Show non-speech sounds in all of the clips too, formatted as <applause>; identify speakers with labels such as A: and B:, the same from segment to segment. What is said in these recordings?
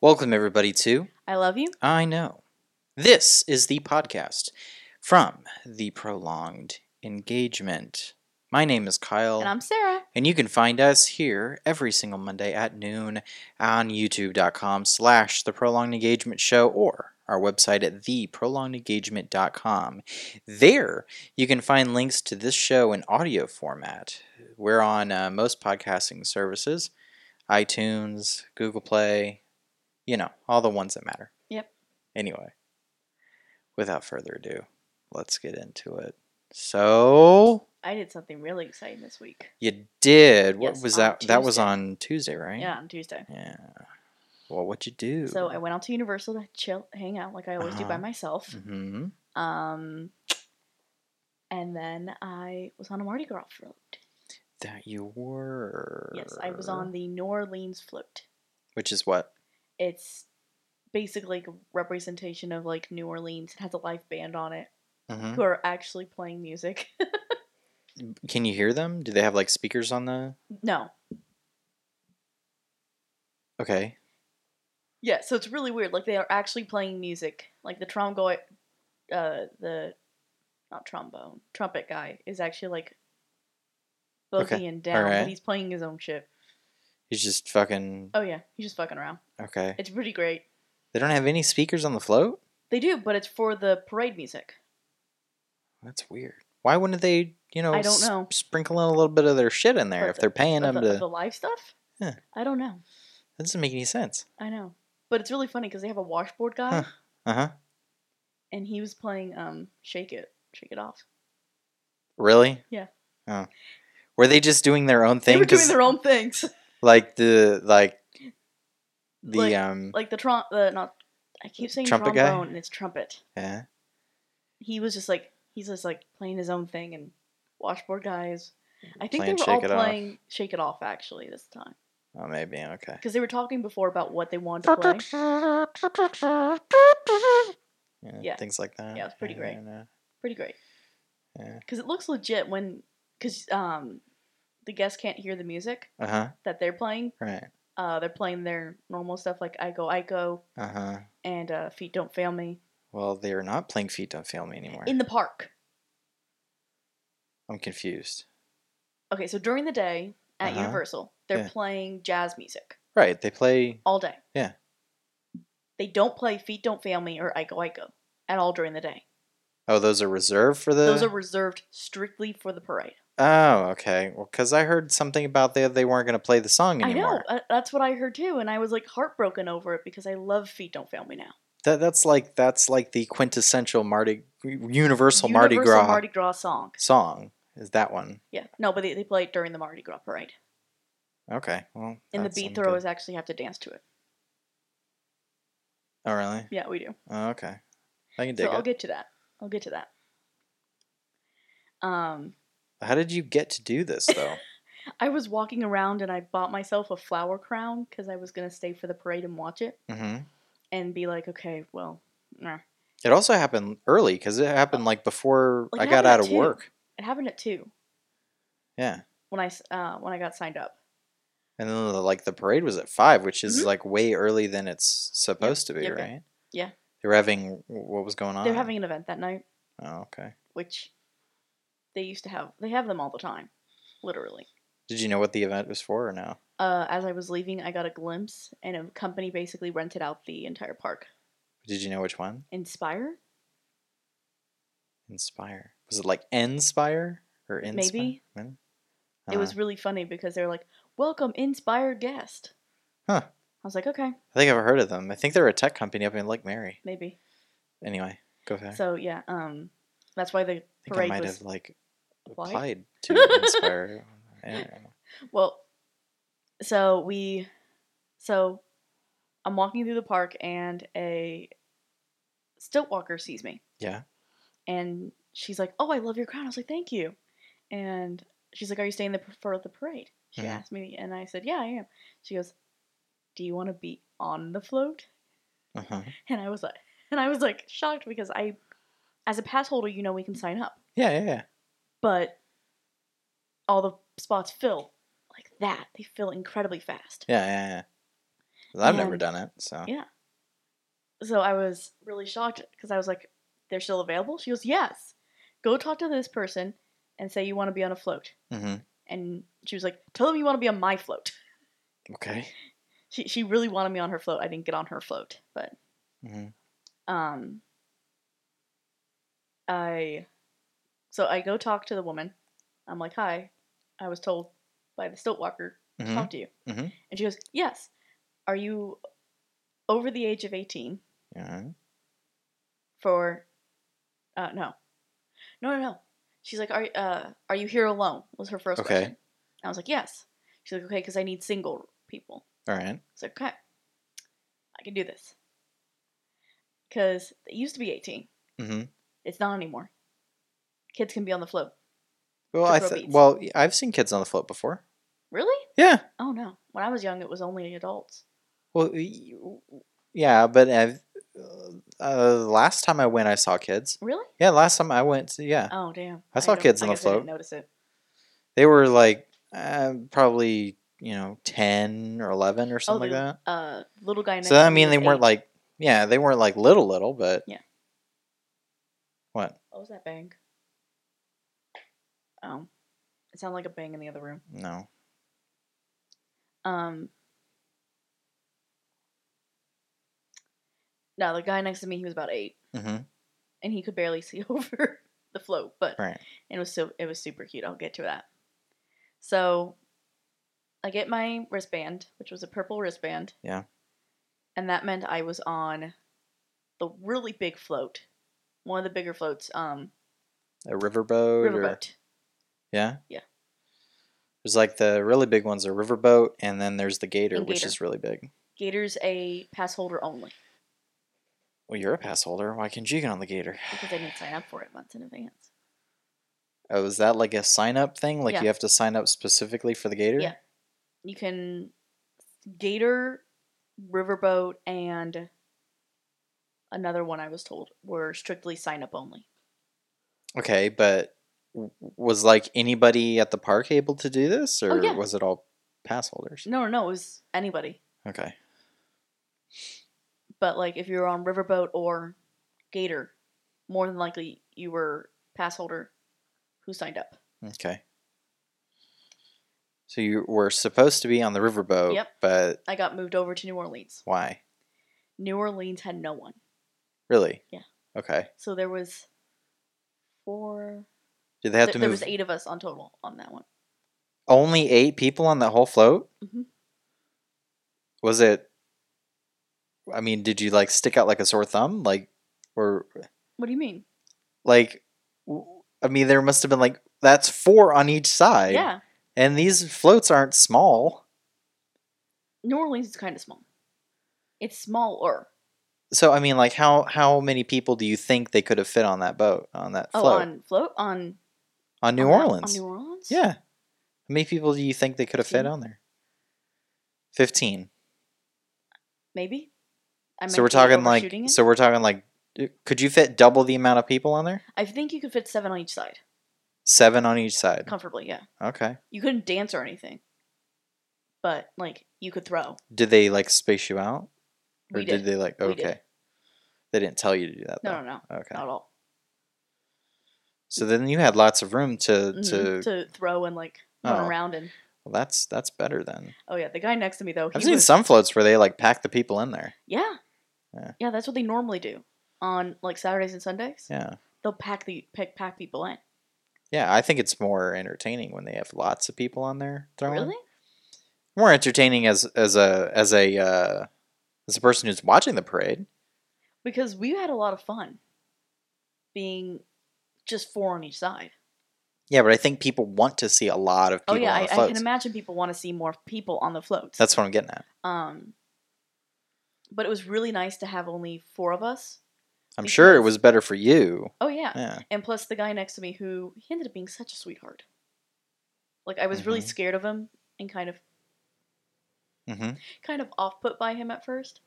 A: Welcome, everybody, to
B: I love you.
A: I Know. This is the podcast from the Prolonged Engagement. My name is Kyle,
B: And I'm Sarah.
A: and you can find us here every single Monday at noon on youtube.com slash the Prolonged Engagement Show or our website at theprolongedengagement.com. There, you can find links to this show in audio format. We're on uh, most podcasting services, iTunes, Google Play, you know, all the ones that matter.
B: Yep.
A: Anyway, without further ado, let's get into it. So,
B: I did something really exciting this week.
A: you did. What
B: Yes,
A: was
B: on
A: that? That was
B: Tuesday.
A: on Tuesday, right?
B: Yeah, on Tuesday.
A: Yeah. Well, what'd you do?
B: So I went out to Universal to chill, hang out like I always do by
A: Uh-huh.
B: myself.
A: hmm
B: Um, and then I was on a Mardi Gras float.
A: That you were.
B: Yes, I was on the New Orleans float.
A: Which is what?
B: It's basically like a representation of like New Orleans. It has a live band on it
A: hmm
B: who are actually playing music. <laughs>
A: Can you hear them? Do they have like speakers on the?
B: no.
A: Okay.
B: Yeah, so it's really weird. Like they are actually playing music. Like the trombone, uh, the not trombone, trumpet guy is actually like
A: Okay,
B: boogie and down,
A: alright.
B: but he's playing his own shit.
A: He's just fucking.
B: Oh yeah, he's just fucking around.
A: Okay.
B: It's pretty great.
A: They don't have any speakers on the float.
B: They do, but it's for the parade music.
A: That's weird. Why wouldn't they, you know,
B: I don't
A: s-
B: know.
A: sprinkle in a little bit of their shit in there
B: But
A: if they're paying them
B: Of the,
A: to?
B: of the live stuff.
A: Yeah.
B: I don't know.
A: That doesn't make any sense.
B: I know, but it's really funny because they have a washboard guy,
A: Huh. Uh huh.
B: and he was playing um, "Shake It, Shake It Off."
A: Really?
B: Yeah.
A: Oh. Were they just doing their own thing?
B: they were doing
A: 'Cause,
B: their own things.
A: like the like the
B: Like-
A: um
B: like the trom, uh, not. I keep saying
A: Trumpet guy?
B: trombone, and it's trumpet.
A: yeah.
B: he was just like he's just like playing his own thing and washboard guys. I think
A: Playing
B: they were all
A: Shake It Off.
B: playing "Shake It Off" actually this time
A: Oh, maybe okay.
B: because they were talking before about what they wanted to play.
A: Yeah,
B: Yeah.
A: Things like that.
B: Yeah, it's pretty great.
A: yeah,
B: Pretty great
A: Yeah.
B: because it looks legit when because um the guests can't hear the music
A: Uh huh.
B: that they're playing.
A: Right.
B: Uh, they're playing their normal stuff like "I Go, I Go"
A: Uh huh.
B: and uh, "Feet Don't Fail Me"
A: Well, they are not playing feet don't fail me anymore.
B: in the park.
A: I'm confused.
B: Okay, so during the day at
A: Uh-huh.
B: Universal, they're
A: Yeah.
B: playing jazz music
A: Right. They play.
B: all day.
A: Yeah.
B: They don't play "Feet Don't Fail Me" or "I Go, I Go" at all during the day.
A: Oh, those are reserved for the.
B: Those are reserved strictly for the parade.
A: Oh, okay. Well, because I heard something about they they weren't going to play the song anymore.
B: I know. uh, That's what I heard too, and I was like heartbroken over it because I love Feet Don't Fail Me Now.
A: That that's like that's like the quintessential Mardi Universal, Mardi
B: Universal
A: Gras
B: Mardi Gras song.
A: song is that one.
B: Yeah. No, but they, they play it during the Mardi Gras parade,
A: Okay, well,
B: and
A: that's
B: the beat
A: something
B: throwers
A: good.
B: actually have to dance to it.
A: Oh, really?
B: Yeah, we do.
A: Oh, okay, I can dig
B: So I'll
A: it.
B: get to that. I'll get to that. Um,
A: How did you get to do this though?
B: I was walking around and I bought myself a flower crown because I was gonna stay for the parade and watch it
A: hmm
B: and be like, okay, well, nah.
A: It also happened early because
B: Oh,
A: it happened like before
B: Like,
A: I
B: it
A: got
B: happened at
A: out of
B: two.
A: work.
B: it happened at two
A: Yeah,
B: when I s- uh, when I got signed up.
A: and then the, like the parade was at five, which is
B: Mhm.
A: like way early than it's supposed to be,
B: yep, yep.
A: right?
B: Yeah.
A: They were having what was going on?
B: They're having an event that night.
A: Oh, okay.
B: which they used to have. They have them all the time, literally.
A: Did you know what the event was for or no?
B: Uh, as I was leaving, I got a glimpse, and a company basically rented out the entire park.
A: Did you know which one?
B: Inspire,
A: Inspire. Was it like Inspire or Inspire?
B: maybe.
A: Really?
B: It was
A: Uh,
B: really funny because they're like, "Welcome, Inspire guest."
A: Huh.
B: I was like, "Okay,
A: I think I've heard of them. I think they're a tech company up in Lake Mary.
B: maybe."
A: Anyway, go ahead.
B: So yeah, um, that's why the
A: I think I
B: parade
A: might
B: was
A: have like
B: Why? <laughs>
A: applied to Inspire. I don't know.
B: well. So we, so, I'm walking through the park, and a stilt walker sees me.
A: yeah.
B: And she's like, "Oh, I love your crown." I was like, "Thank you." And she's like, "Are you staying the, for the parade?" She
A: Mhm.
B: asked me, and I said, "Yeah, I am." She goes, "Do you want to be on the float?" <laughs>
A: Uh-huh.
B: And I was like, and I was like shocked because I, as a pass holder, you know we can sign up,
A: Yeah, yeah, yeah.
B: but all the spots fill like that. They fill incredibly fast.
A: Yeah, yeah, yeah. 'Cause I've never
B: And-
A: done it, so
B: Yeah. So I was really shocked because I was like, they're still available? She goes, yes. Go talk to this person and say you want to be on a float.
A: hmm
B: And she was like, tell them you want to be on my float. <laughs>
A: okay.
B: She, she really wanted me on her float. I didn't get on her float, but
A: hmm
B: um i so i go talk to the woman i'm like hi i was told by the stilt walker to
A: hmm
B: talk to you
A: Mhm.
B: and she goes yes are you over the age of 18
A: Yeah.
B: for uh no no no no she's like are uh are you here alone was her first
A: Okay.
B: question and i was like yes she's like okay because i need single people
A: All right.
B: so okay i can do this because it used to be 18
A: Mm-hmm.
B: It's not anymore. Kids can be on the float.
A: Well,
B: To
A: I
B: throw
A: th-
B: beads.
A: well, I've seen kids on the float before.
B: Really?
A: Yeah.
B: Oh no. When I was young, it was only adults.
A: Well, y- yeah, but I've, uh, last time I went, I saw kids.
B: Really?
A: Yeah, last time I went, yeah,
B: Oh damn.
A: I saw
B: don't-
A: kids on
B: I
A: the
B: guess I didn't
A: float.
B: notice it.
A: they were like uh, probably you know ten or eleven or something
B: oh,
A: like
B: the,
A: that.
B: Uh, little guy next.
A: So
B: to
A: I
B: me
A: mean,
B: was
A: they weren't
B: eight.
A: like yeah, they weren't like little little, but
B: Yeah.
A: What?
B: What was that bang? Oh, it sounded like a bang in the other room.
A: No.
B: Um. No, the guy next to me, he was about eight,
A: hmm
B: and he could barely <laughs> see over the float, but
A: Right.
B: it was so it was super cute. I'll get to that. So I get my wristband, which was a purple wristband.
A: Yeah.
B: And that meant I was on the really big float, one of the bigger floats, um,
A: A riverboat. Or,
B: riverboat.
A: yeah.
B: Yeah.
A: There's like the really big ones are riverboat, and then there's the gator,
B: And
A: which
B: gator.
A: is really big.
B: Gator's a pass holder only
A: Well, you're a pass holder. Why can't you get on the gator?
B: because I didn't sign up for it months in advance.
A: Oh, is that like a sign up thing? Like
B: Yeah.
A: you have to sign up specifically for the gator?
B: Yeah. You can Gator, riverboat, and another one I was told were strictly sign up only.
A: Okay, but w- was like anybody at the park able to do this, or
B: Oh, yeah. Mm.
A: was it all pass holders?
B: No, no, it was anybody.
A: Okay.
B: But like if you were on riverboat or gator, more than likely you were pass holder who signed up.
A: Okay. So you were supposed to be on the riverboat,
B: Yep.
A: but
B: I got moved over to New Orleans.
A: why?
B: New Orleans had no one.
A: Really?
B: Yeah.
A: Okay.
B: So there was four
A: Did they have
B: th-
A: to
B: there
A: move
B: was eight of us on total on that one.
A: only eight people on that whole float?
B: Mhm.
A: Was it? I mean, did you like stick out like a sore thumb, like, or
B: What do you mean?
A: like? w- I mean, there must have been like that's four on each side.
B: yeah.
A: And these floats aren't small.
B: New Orleans is kinda small. It's smaller.
A: So I mean, like, how how many people do you think they could have fit on that boat on that
B: Oh
A: float on,
B: on float on
A: New
B: on that-
A: Orleans?
B: on New Orleans?
A: yeah, how many people do you think they could have fit
B: 15?
A: on there? Fifteen.
B: Maybe. I
A: So
B: might
A: we're
B: be
A: talking like
B: overshooting it.
A: so we're talking like uh, could you fit double the amount of people on there?
B: I think you could fit seven on each side.
A: Seven on each side.
B: Comfortably, yeah.
A: Okay.
B: You couldn't dance or anything. But like you could throw.
A: Did they like space you out, or
B: We
A: did.
B: did.
A: they like
B: We
A: okay?
B: did.
A: They didn't tell you to do that.
B: No,
A: though.
B: no, no.
A: Okay.
B: Not at all.
A: So then you had lots of room to
B: Mhm.
A: to.
B: To throw and like run
A: Oh.
B: around and
A: Well, that's that's better then.
B: oh yeah, the guy next to me though, he
A: I've seen
B: was
A: some floats where they like pack the people in there.
B: yeah.
A: Yeah.
B: that's what they normally do on like Saturdays and Sundays.
A: Yeah.
B: They'll pack the pack, pack people in.
A: Yeah, I think it's more entertaining when they have lots of people on there throwing.
B: Really?
A: More entertaining as as a as a uh, as a person who's watching the parade.
B: Because we had a lot of fun being just four on each side.
A: Yeah, but I think people want to see a lot of people
B: oh yeah,
A: on
B: I,
A: the
B: I can
A: floats.
B: imagine people want to see more people on the floats.
A: That's what I'm getting at.
B: um but it was really nice to have only four of us.
A: I'm sure it
B: Because-
A: was better for you.
B: Oh yeah.
A: Yeah.
B: And plus the guy next to me who he ended up being such a sweetheart. Like I was really
A: Mhm.
B: scared of him and kind of
A: hmm
B: kind of off put by him at first,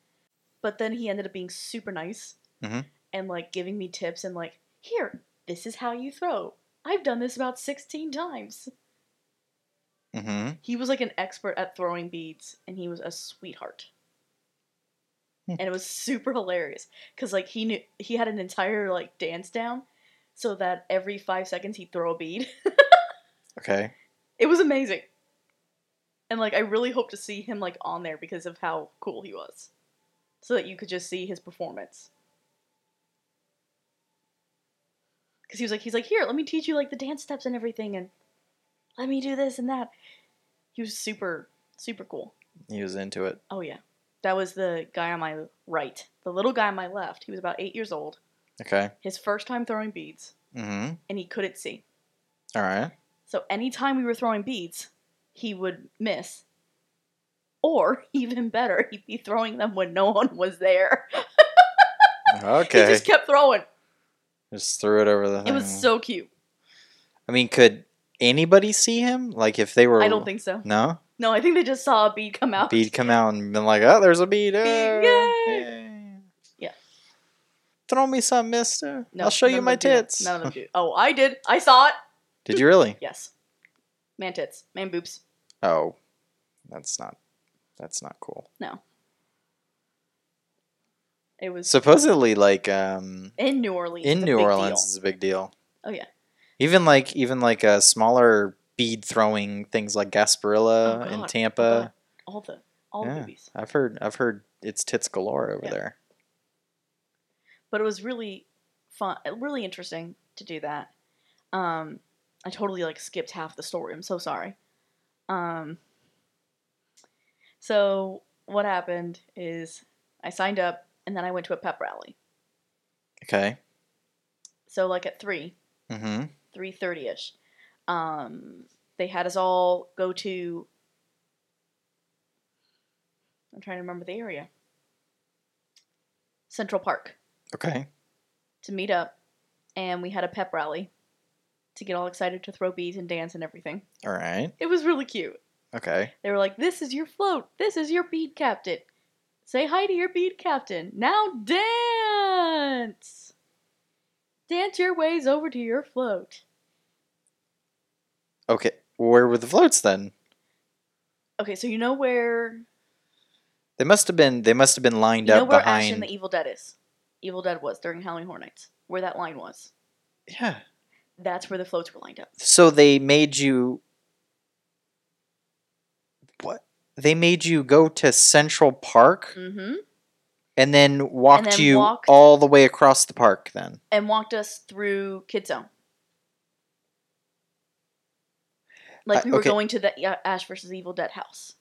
B: but then he ended up being super nice
A: Mhm.
B: and like giving me tips and like, here, this is how you throw. I've done this about 16 times.
A: hmm Mm-hmm.
B: He was like an expert at throwing beads and he was a sweetheart.
A: Hmm.
B: and it was super hilarious because like he knew he had an entire like dance down, so that every five seconds he'd throw a bead.
A: Okay.
B: It was amazing, and like I really hope to see him like on there because of how cool he was, so that you could just see his performance. Because he was like, he's like, here, let me teach you like the dance steps and everything, and let me do this and that. He was super, super cool.
A: He was into it.
B: Oh yeah, that was the guy on my right. The little guy on my left. He was about eight years old.
A: Okay.
B: His first time throwing beads,
A: Mm-hmm.
B: and he couldn't see.
A: All right.
B: So anytime we were throwing beads, he would miss. Or <laughs> even better, he'd be throwing them when no one was there. <laughs>
A: Okay. Uh,
B: <laughs> He
A: Just,
B: just kept throwing.
A: threw it over the thing.
B: It was so cute.
A: I mean, could anybody see him? Like, if they were.
B: I don't think so.
A: No?
B: No, I think they just saw a bead come out.
A: Bead come out and been like, oh, there's a bead. Oh,
B: Yay.
A: yay.
B: Yeah.
A: Throw me some, mister.
B: No,
A: I'll show
B: none
A: you
B: of
A: my
B: them do that.
A: tits.
B: None of them do. Oh, I did. I saw it.
A: Did you really?
B: Yes. Man tits. Man boobs.
A: Oh, that's not. That's not cool.
B: It was
A: Supposedly, like, um,
B: in New Orleans.
A: in
B: it's a
A: New
B: big
A: Orleans,
B: deal.
A: it's a big deal.
B: Oh yeah.
A: Even like even like uh, smaller bead throwing things like Gasparilla
B: Oh, God.
A: in
B: Oh,
A: Tampa.
B: God. all the all
A: Yeah.
B: the movies.
A: I've heard I've heard it's tits galore over
B: Yeah.
A: there.
B: But it was really fun, really interesting to do that. Um, I totally like skipped half the story. I'm so sorry. Um, so what happened is I signed up and then I went to a pep rally.
A: Okay.
B: So like at three,
A: Mm-hmm.
B: three thirty ish, um, they had us all go to. I'm trying to remember the area. Central Park.
A: Okay.
B: to meet up, and we had a pep rally to get all excited to throw beads and dance and everything.
A: All right.
B: It was really cute.
A: Okay.
B: They were like, "This is your float. This is your bead captain. Say hi to your bead captain. Now dance. Dance your ways over to your float."
A: Okay. Where were the floats then?
B: Okay, so you know where
A: They must have been they must have been
B: you
A: lined
B: know
A: up
B: where Ash and
A: behind.
B: the Evil Dead is. Evil Dead was during Halloween Horror Nights. Where that line was.
A: yeah.
B: That's where the floats were lined up.
A: So they made you what? They made you go to Central Park
B: Mm-hmm.
A: and then walked
B: then
A: you
B: walked-
A: all the way across the park then.
B: and walked us through Kid Zone. Like
A: Uh,
B: we were
A: okay.
B: going to the uh, Ash versus Evil Dead house.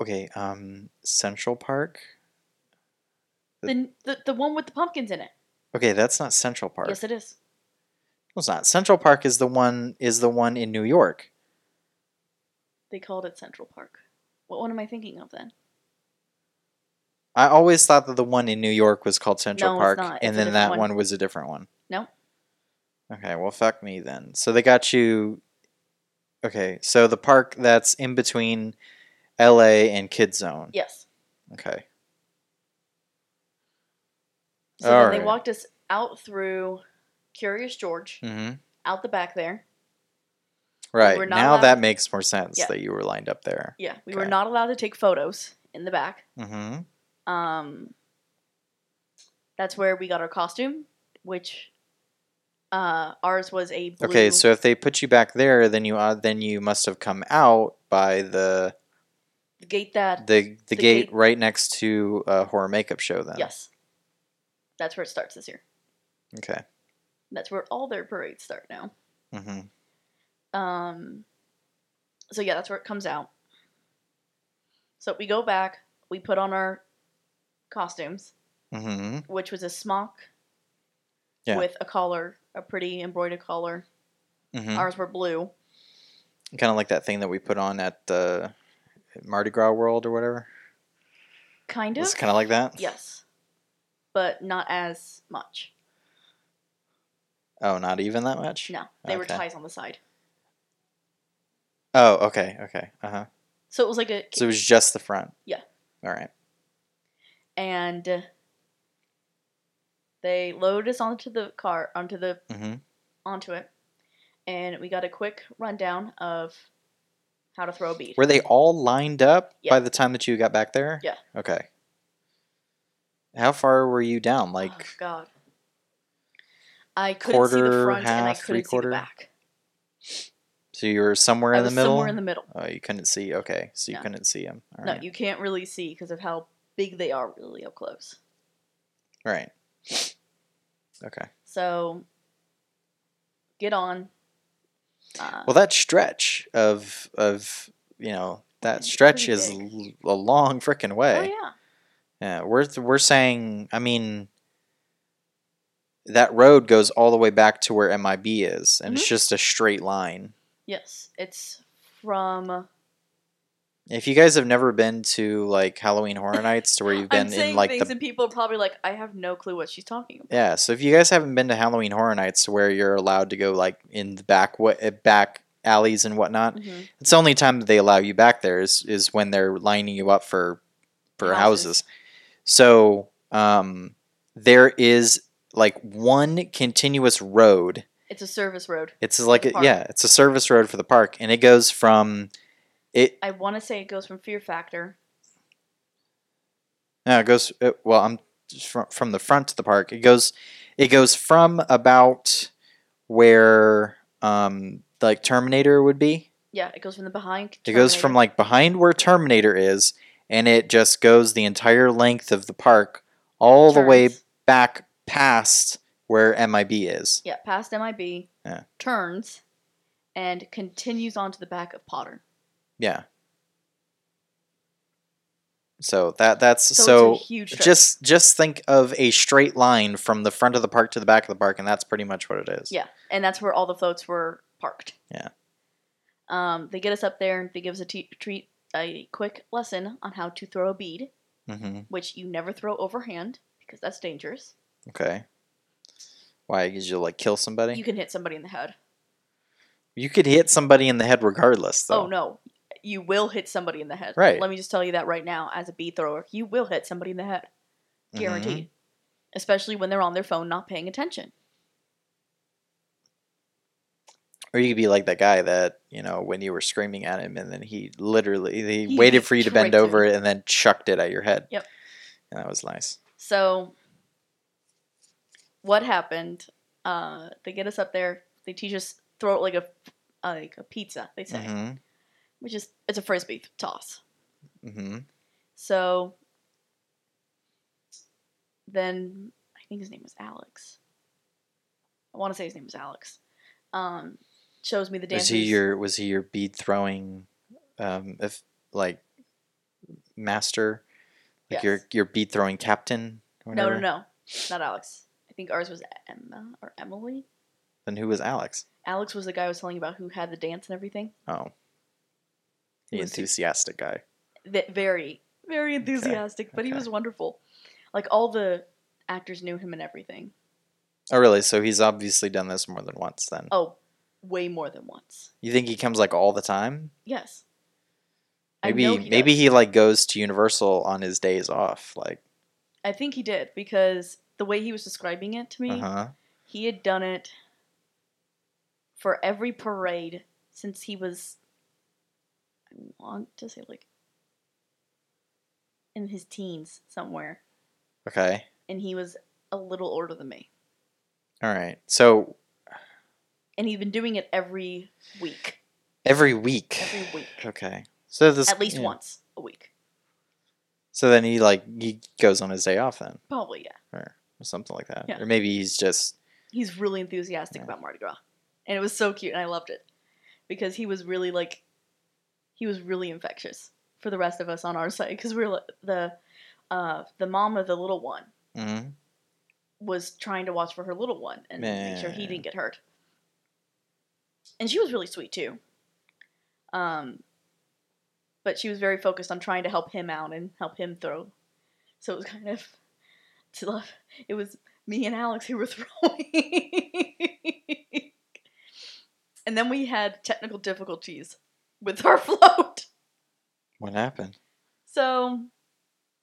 A: Okay, um Central Park?
B: The, the, the one with the pumpkins in it.
A: Okay, that's not Central Park.
B: Yes, it is.
A: Well, it's not. Central Park is the one is the one in New York.
B: They called it Central Park. What one am I thinking of then?
A: I always thought that the one in New York was called Central
B: No, it's
A: Park,
B: not. It's
A: and
B: a
A: then
B: different
A: that
B: one.
A: one. was a different one.
B: No.
A: Okay, well, fuck me then. So they got you. Okay, so the park that's in between L.A. and Kid Zone.
B: Yes.
A: Okay.
B: So then they
A: Alright.
B: walked us out through Curious George,
A: Mm-hmm.
B: out the back there.
A: Right
B: were not
A: now,
B: allowed-
A: that makes more sense
B: Yeah.
A: that you were lined up there.
B: Yeah, we were
A: Okay.
B: not allowed to take photos in the back.
A: Mm-hmm.
B: Um, that's where we got our costume, which uh, ours was a blue.
A: Okay, so if they put you back there, then you uh, then you must have come out by the
B: the gate that
A: the the,
B: the
A: gate,
B: gate-
A: right next to a horror makeup show. Then
B: Yes. That's where it starts this year.
A: Okay.
B: That's where all their parades start now.
A: Mm-hmm.
B: Um, so yeah, that's where it comes out. So we go back, we put on our costumes,
A: Mm-hmm.
B: which was a smock
A: Yeah.
B: with a collar, a pretty embroidered collar.
A: Mm-hmm.
B: Ours were blue.
A: kind of like that thing that we put on at the Mardi Gras World or whatever.
B: Kind of.
A: It's kind of like that.
B: yes. But not as much.
A: Oh, not even that much.
B: No. They were
A: Okay.
B: ties on the side.
A: Oh, okay, okay, uh huh.
B: So it was like a
A: So it was just the front.
B: Yeah.
A: All right.
B: and uh, they loaded us onto the car onto the
A: Mm-hmm.
B: onto it, and we got a quick rundown of how to throw a bead.
A: Were they all lined up
B: Yeah.
A: by the time that you got back there?
B: Yeah.
A: Okay. How far were you down? Like
B: oh, God. I couldn't see the
A: quarter,
B: front and I
A: half,
B: couldn't see the
A: three-quarter?
B: back.
A: so you were somewhere
B: I
A: in the
B: was
A: middle?
B: somewhere in the middle.
A: Oh, you couldn't see. Okay, so you
B: No.
A: couldn't see him. All
B: no,
A: right.
B: you can't really see because of how big they are really up close.
A: Right. Okay.
B: So get on. Uh,
A: Well, that stretch of of you know that
B: It's
A: stretch
B: pretty
A: is
B: big.
A: l- a long freaking
B: oh
A: way.
B: yeah,
A: yeah. We're th- we're saying. I mean, that road goes all the way back to where MIB is, and
B: Mm-hmm.
A: it's just a straight line.
B: yes, it's from.
A: If you guys have never been to like Halloween
B: <laughs>
A: Horror Nights, to where you've
B: I'm
A: been
B: saying
A: in like
B: things
A: the
B: and people are probably like, I have no clue what she's talking about.
A: Yeah, so if you guys haven't been to Halloween Horror Nights, to where you're allowed to go like in the back wa- uh, back alleys and whatnot,
B: Mhm.
A: it's the only time that they allow you back there is is when they're lining you up for for houses.
B: Houses.
A: So um, there is like one continuous road.
B: It's a service road.
A: It's like a,
B: Park.
A: yeah, it's a service road for the park, and it goes from it.
B: I want to say it goes from Fear Factor.
A: No, it goes uh well. I'm from from the front to the park. It goes it goes from about where um like Terminator would be.
B: Yeah, it goes from the behind.
A: It goes from like behind where Terminator is, and it just goes the entire length of the park all the way back past where MIB is.
B: Yeah, past MIB.
A: Yeah.
B: Turns, and continues on to the back of Potter.
A: Yeah. So that that's so,
B: So, it's a huge. Stretch.
A: just just think of a straight line from the front of the park to the back of the park, and that's pretty much what it is.
B: Yeah, and that's where all the floats were parked.
A: Yeah.
B: Um, they get us up there and they give us a te- treat, a quick lesson on how to throw a bead,
A: Mm-hmm.
B: which you never throw overhand because that's dangerous.
A: Okay. Why? Because you'll like kill somebody.
B: You
A: You,
B: can hit somebody in the head.
A: could hit somebody in the head regardless, though.
B: Oh no, you will hit somebody in the head.
A: Right.
B: Let me just tell you that right now, as a bead thrower, you will hit somebody in the head,
A: Mhm.
B: guaranteed. Especially when they're on their phone, not paying attention.
A: Or you could be like that guy that you know when you were screaming at him, and then he literally he,
B: He
A: waited
B: just
A: for you to bend
B: tricked
A: over it and then chucked it at your head.
B: Yep.
A: And that was nice.
B: So, what happened? Uh, they get us up there. They teach us throw it like a uh, like a pizza. They say,
A: Mm-hmm.
B: which is it's a frisbee toss.
A: Mm-hmm.
B: So then I think his name was Alex. I want to say his name was Alex. Um, shows me the
A: Was
B: dance.
A: he your was he your bead throwing, um, if like master, like your
B: Yes.
A: your bead throwing captain? Or
B: no, no,
A: whatever?
B: no, not Alex. I think ours was Emma or Emily.
A: Then who was Alex?
B: Alex was the guy I was telling you about who had the dance and everything.
A: Oh,
B: Who
A: the
B: was he?
A: enthusiastic guy.
B: that very very enthusiastic but he
A: okay.
B: was wonderful like all the actors knew him and everything
A: Oh, really? So he's obviously done this more than once. Then
B: oh way more than once
A: you think he comes like all the time?
B: yes
A: Maybe
B: I know he
A: maybe
B: does.
A: he like goes to Universal on his days off. Like,
B: i think he did because the way he was describing it to me
A: uh huh.
B: he had done it for every parade since he was i want to say like in his teens somewhere
A: Okay.
B: and he was a little older than me
A: All right. So
B: and he'd been doing it every week
A: every week.
B: every week
A: Okay. So this
B: at least
A: yeah.
B: once a week.
A: So then he like he goes on his day off then,
B: Probably, yeah.
A: or something like that.
B: Yeah.
A: Or maybe he's just
B: He's really enthusiastic
A: Yeah.
B: about Mardi Gras. And it was so cute, and I loved it. Because he was really, like, he was really infectious for the rest of us on our side. Because we were, like, the, uh, the mom of the little one
A: mhm.
B: was trying to watch for her little one and make sure he
A: Man.
B: didn't get hurt. And she was really sweet, too. Um, but she was very focused on trying to help him out and help him throw. So it was kind of, <laughs> to love, it was me and Alex who were <laughs> throwing. and then we had technical difficulties with our <laughs> float.
A: what happened?
B: So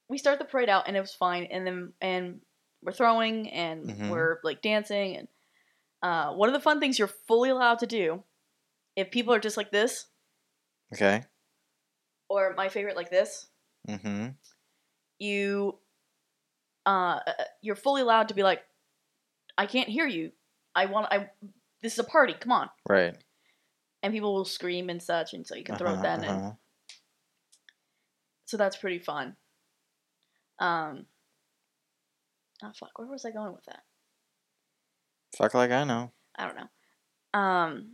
B: we start the parade out and it was fine. And then, and we're throwing and
A: Mhm.
B: we're like dancing. And uh, one of the fun things you're fully allowed to do if people are just like this,
A: Okay.
B: Or my favorite, like this.
A: Mm-hmm.
B: You, uh, you're fully allowed to be like, I can't hear you. I want. I. This is a party. Come on.
A: Right.
B: And people will scream and such, and so you can throw
A: Uh-huh,
B: them in.
A: uh-huh.
B: So that's pretty fun. Um. Oh fuck! Where was I going with that?
A: Fuck like I know.
B: I don't know. Um,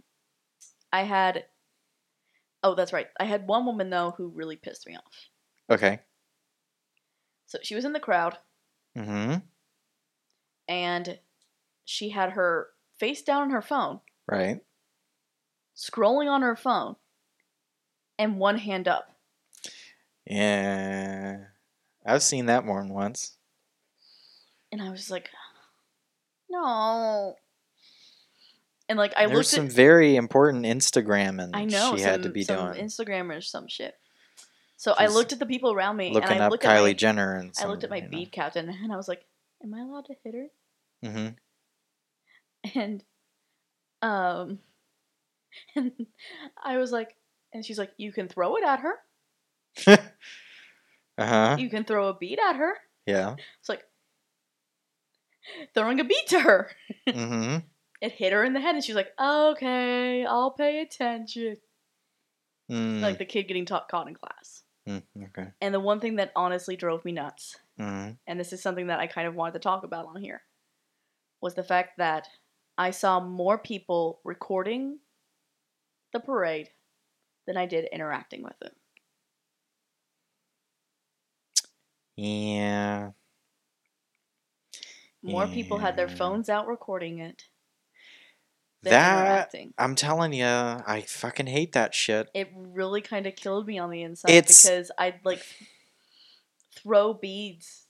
B: I had. Oh, that's right. I had one woman though who really pissed me off.
A: Okay.
B: So she was in the crowd
A: Mm-hmm.
B: and she had her face down on her phone,
A: Right.
B: scrolling on her phone, and one hand up.
A: Yeah. I've seen that more than once.
B: And I was just like, <sighs> no. And like I
A: There's
B: looked
A: some
B: at,
A: very important Instagram and
B: I know
A: she
B: some,
A: had to be
B: some
A: doing
B: Instagram or some shit. So I
A: She's
B: looked at the people around me and
A: looking
B: I
A: up
B: looked
A: Kylie
B: at my,
A: Jenner and
B: I
A: some,
B: looked at my
A: you know.
B: beat captain and I was like, am I allowed to hit her?
A: Mhm.
B: <laughs> and um <laughs> and i was like and she's like you can throw it at her
A: Uh huh.
B: you can throw a beat at her <laughs>
A: Yeah.
B: it's like throwing a beat to her
A: Mm-hmm.
B: it hit her in the head and she's like okay i'll pay attention
A: Mm.
B: like the kid getting ta- caught in class
A: mm, okay.
B: and the one thing that honestly drove me nuts
A: Mm.
B: and this is something that i kind of wanted to talk about on here was the fact that i saw more people recording the parade than i did interacting with it
A: Yeah.
B: More people had their
A: Yeah.
B: phones out recording it than
A: That
B: interacting.
A: I'm telling you, I fucking hate that shit.
B: It really kind of killed me on the inside
A: It's-
B: because I'd like throw beads,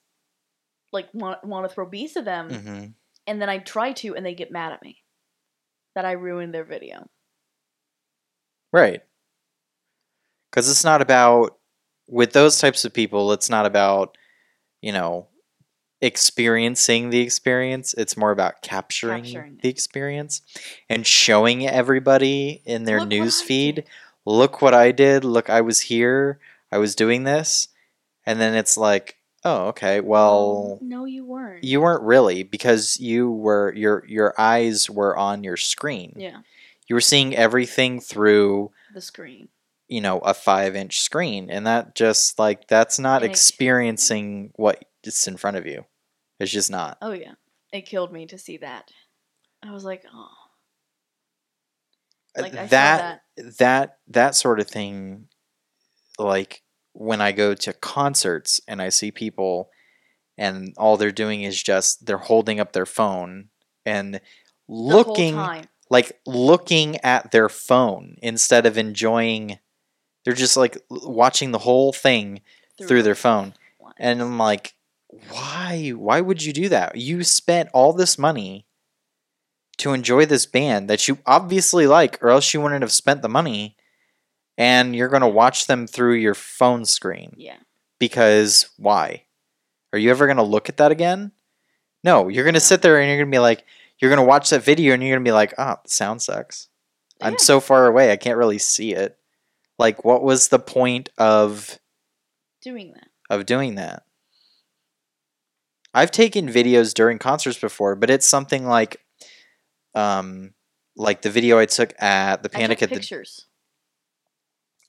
B: like want, want to throw beads to them,
A: Mm-hmm.
B: and then I try to, and they get mad at me that I ruined their video.
A: Right. Because it's not about, with those types of people, it's not about, you know, experiencing the experience. It's more about capturing,
B: Capturing
A: the
B: it.
A: experience and showing everybody in their
B: Look what I
A: news feed
B: did.
A: look what I did. Look, I was here. I was doing this. And then it's like, oh, okay, well.
B: no, you weren't.
A: You weren't really because you were your your eyes were on your screen.
B: yeah,
A: You were seeing everything through
B: the screen.
A: you know a five inch screen and that just like that's not
B: And it-
A: experiencing what is in front of you it's just not
B: Oh yeah, it killed me to see that. I was like, oh, like I saw
A: Uh, that, that that sort of thing like when i go to concerts and i see people and all they're doing is just they're holding up their phone and
B: the
A: looking
B: whole time.
A: like looking at their phone instead of enjoying they're just like l- watching the whole thing through their phone
B: phone.
A: and I'm like, why? Why would you do that? You spent all this money to enjoy this band that you obviously like, or else you wouldn't have spent the money. And you're gonna watch them through your phone screen
B: yeah,
A: because why? Are you ever gonna look at that again? No, you're gonna
B: No.
A: sit there and you're gonna be like, you're gonna watch that video and you're gonna be like, ah, the sound sucks. I'm
B: Yeah.
A: so far away, I can't really see it. Like, what was the point of?
B: doing that.
A: of doing that. I've taken videos during concerts before, but it's something like um like the video I took at the
B: I
A: Panic
B: took
A: at the
B: pictures.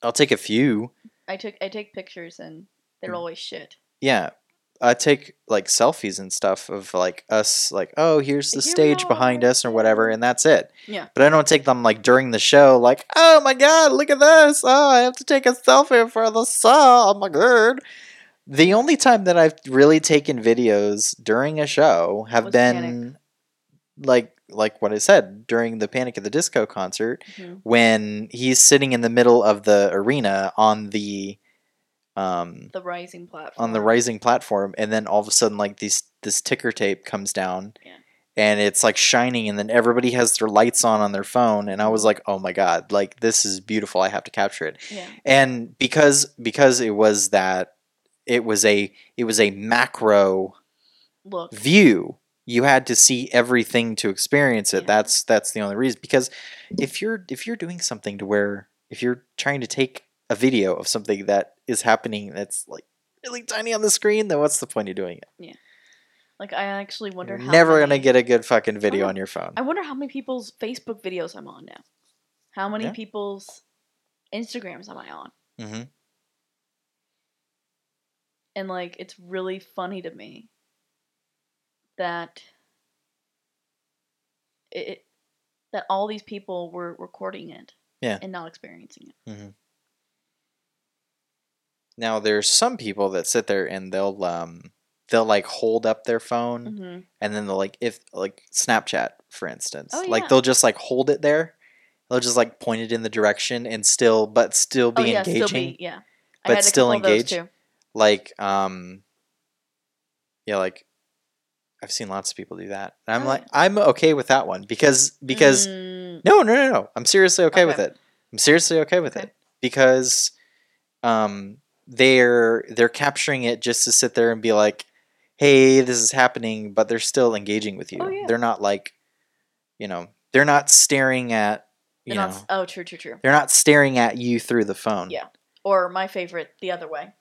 A: I'll take a few.
B: I took I take pictures and they're
A: Mm.
B: always shit.
A: Yeah. I take like selfies and stuff of like us like oh here's the
B: Here we
A: stage behind
B: are,
A: us or whatever
B: yay.
A: and that's it.
B: Yeah.
A: But I don't take them like during the show like oh my god look at this oh I have to take a selfie for the song oh my god. The only time that I've really taken videos during a show have
B: Was
A: been
B: Panic.
A: like like what I said during the Panic at the Disco concert
B: Mhm.
A: when he's sitting in the middle of the arena on the um
B: The rising platform.
A: on the rising platform and then all of a sudden like these this ticker tape comes down
B: Yeah.
A: and it's like shining and then everybody has their lights on on their phone and I was like oh my god like this is beautiful I have to capture it
B: Yeah.
A: and because because it was that it was a it was a macro
B: Look.
A: view you had to see everything to experience it
B: Yeah.
A: that's that's the only reason because if you're if you're doing something to where if you're trying to take a video of something that is happening that's like really tiny on the screen, then what's the point of doing it?
B: Like I actually wonder
A: You're
B: how
A: never
B: many-
A: gonna get a good fucking video
B: Oh.
A: on your phone.
B: I wonder how many people's Facebook videos I'm on now. How many
A: Yeah.
B: people's Instagrams am I on?
A: hmm
B: And like it's really funny to me that it, it that all these people were recording it
A: Yeah.
B: and not experiencing it.
A: Now there's some people that sit there and they'll um they'll like hold up their phone
B: hmm
A: and then they'll like if like Snapchat for instance,
B: Oh,
A: like
B: yeah.
A: they'll just like hold it there. They'll just like point it in the direction and still but still be
B: oh yeah,
A: engaging.
B: still be yeah.
A: but still
B: couple of those
A: engaged. Like um yeah, like I've seen lots of people do that. And I'm
B: Oh,
A: like I'm okay with that one because because
B: Mm,
A: No, no, no, no. I'm seriously okay, with
B: Okay.
A: it. I'm seriously okay with
B: Okay.
A: it because um they're they're capturing it just to sit there and be like, "Hey, this is happening," but they're still engaging with you.
B: Oh, yeah.
A: They're not like, you know, they're not staring at, you
B: they're
A: know,
B: not s- oh true, true, true.
A: they're not staring at you through the phone.
B: Yeah. Or my favorite, the other way.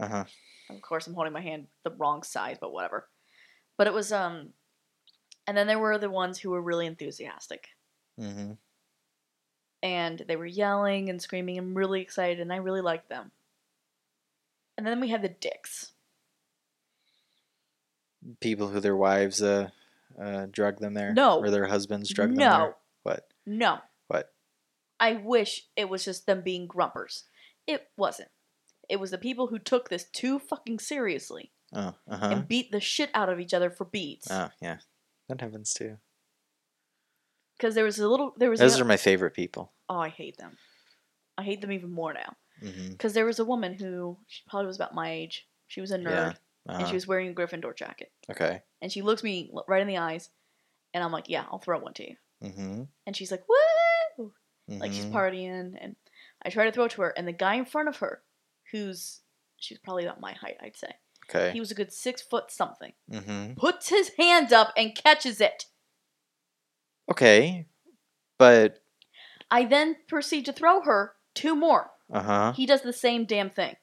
A: Uh-huh.
B: Of course, I'm holding my hand the wrong size, but whatever. But it was um, and then there were the ones who were really enthusiastic
A: Mhm.
B: and they were yelling and screaming and really excited, and I really liked them. And then we had the dicks.
A: People who their wives uh uh drug them there
B: No.
A: or their husbands drug them
B: No,
A: there. What?
B: no.
A: What?
B: I wish it was just them being grumpers. It wasn't. It was the people who took this too fucking seriously
A: Oh, uh-huh.
B: and beat the shit out of each other for beats.
A: Oh, yeah. That happens too.
B: Because there was a little, there was.
A: Those
B: a,
A: are my favorite people.
B: oh, I hate them. I hate them even more now.
A: Mhm.
B: Because there was a woman who she probably was about my age. She was a nerd,
A: Yeah,
B: and
A: Uh-huh.
B: she was wearing a Gryffindor jacket.
A: Okay.
B: And she looks me l- right in the eyes, and I'm like, "Yeah, I'll throw one to you."
A: Mm-hmm.
B: And she's like, "Woo!" Like she's partying, and I try to throw it to her, and the guy in front of her, who's she's probably about my height, I'd say,
A: Okay.
B: he was a good six foot something,
A: mm-hmm.
B: puts his hand up and catches it.
A: Okay. But
B: I then proceed to throw her two more.
A: uh huh.
B: He does the same damn thing.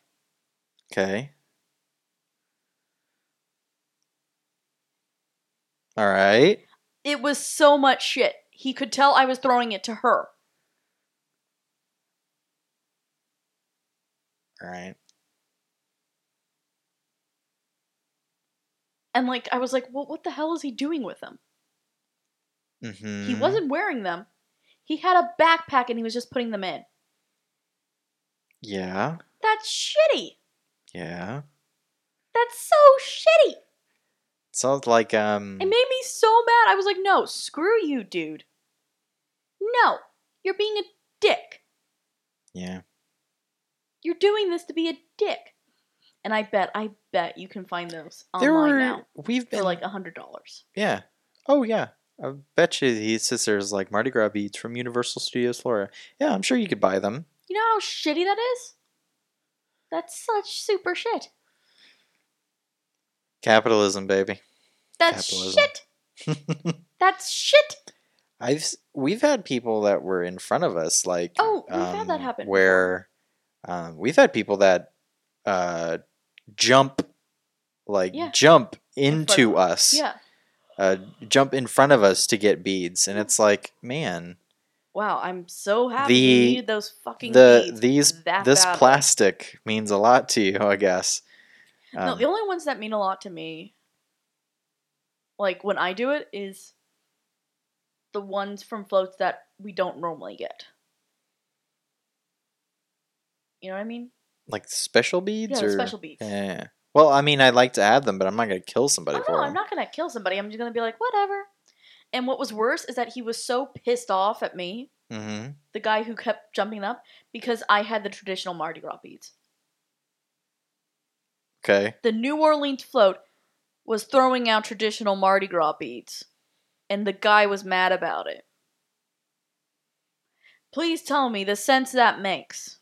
A: Okay. All right.
B: It was so much shit. He could tell I was throwing it to her.
A: All right.
B: And like I was like, well, what the hell is he doing with them?
A: Mm-hmm.
B: He wasn't wearing them. He had a backpack and he was just putting them in.
A: Yeah.
B: That's shitty.
A: Yeah.
B: That's so shitty.
A: Sounds like um.
B: It made me so mad. I was like, no, screw you, dude. No, you're being a dick.
A: yeah.
B: You're doing this to be a dick. And I bet, I bet you can find those
A: There
B: online
A: were.
B: now
A: We've
B: for
A: been
B: like a hundred dollars.
A: Yeah. Oh yeah. I bet you these sisters like Mardi Gras beads from Universal Studios Florida. Yeah, I'm sure you could buy them.
B: You know how shitty that is? That's such super shit.
A: Capitalism, baby.
B: That's
A: Capitalism.
B: shit.
A: <laughs>
B: That's shit.
A: I've s- we've had people that were in front of us like
B: Oh, we've had that happen before.
A: where um, we've had people that uh, jump like
B: Yeah.
A: jump
B: front of
A: into us
B: us. Yeah.
A: uh, jump in front of us to get beads and it's like man
B: Wow, I'm so happy
A: The-
B: you needed those fucking
A: the
B: beads
A: these
B: that
A: this
B: badly.
A: plastic means a lot to you I guess
B: no,
A: Um,
B: the only ones that mean a lot to me, like when I do it, is the ones from floats that we don't normally get. You know what I mean?
A: like special
B: Yeah,
A: beads
B: the
A: or
B: special beads.
A: yeah well I mean I'd like to add them but I'm not gonna kill somebody
B: Oh,
A: for
B: no,
A: them
B: I'm not gonna kill somebody. I'm just gonna be like, whatever. And what was worse is that he was so pissed off at me,
A: mm-hmm.
B: the guy who kept jumping up, because I had the traditional Mardi Gras beads.
A: okay
B: the New Orleans float was throwing out traditional Mardi Gras beads, and the guy was mad about it. Please tell me the sense that makes.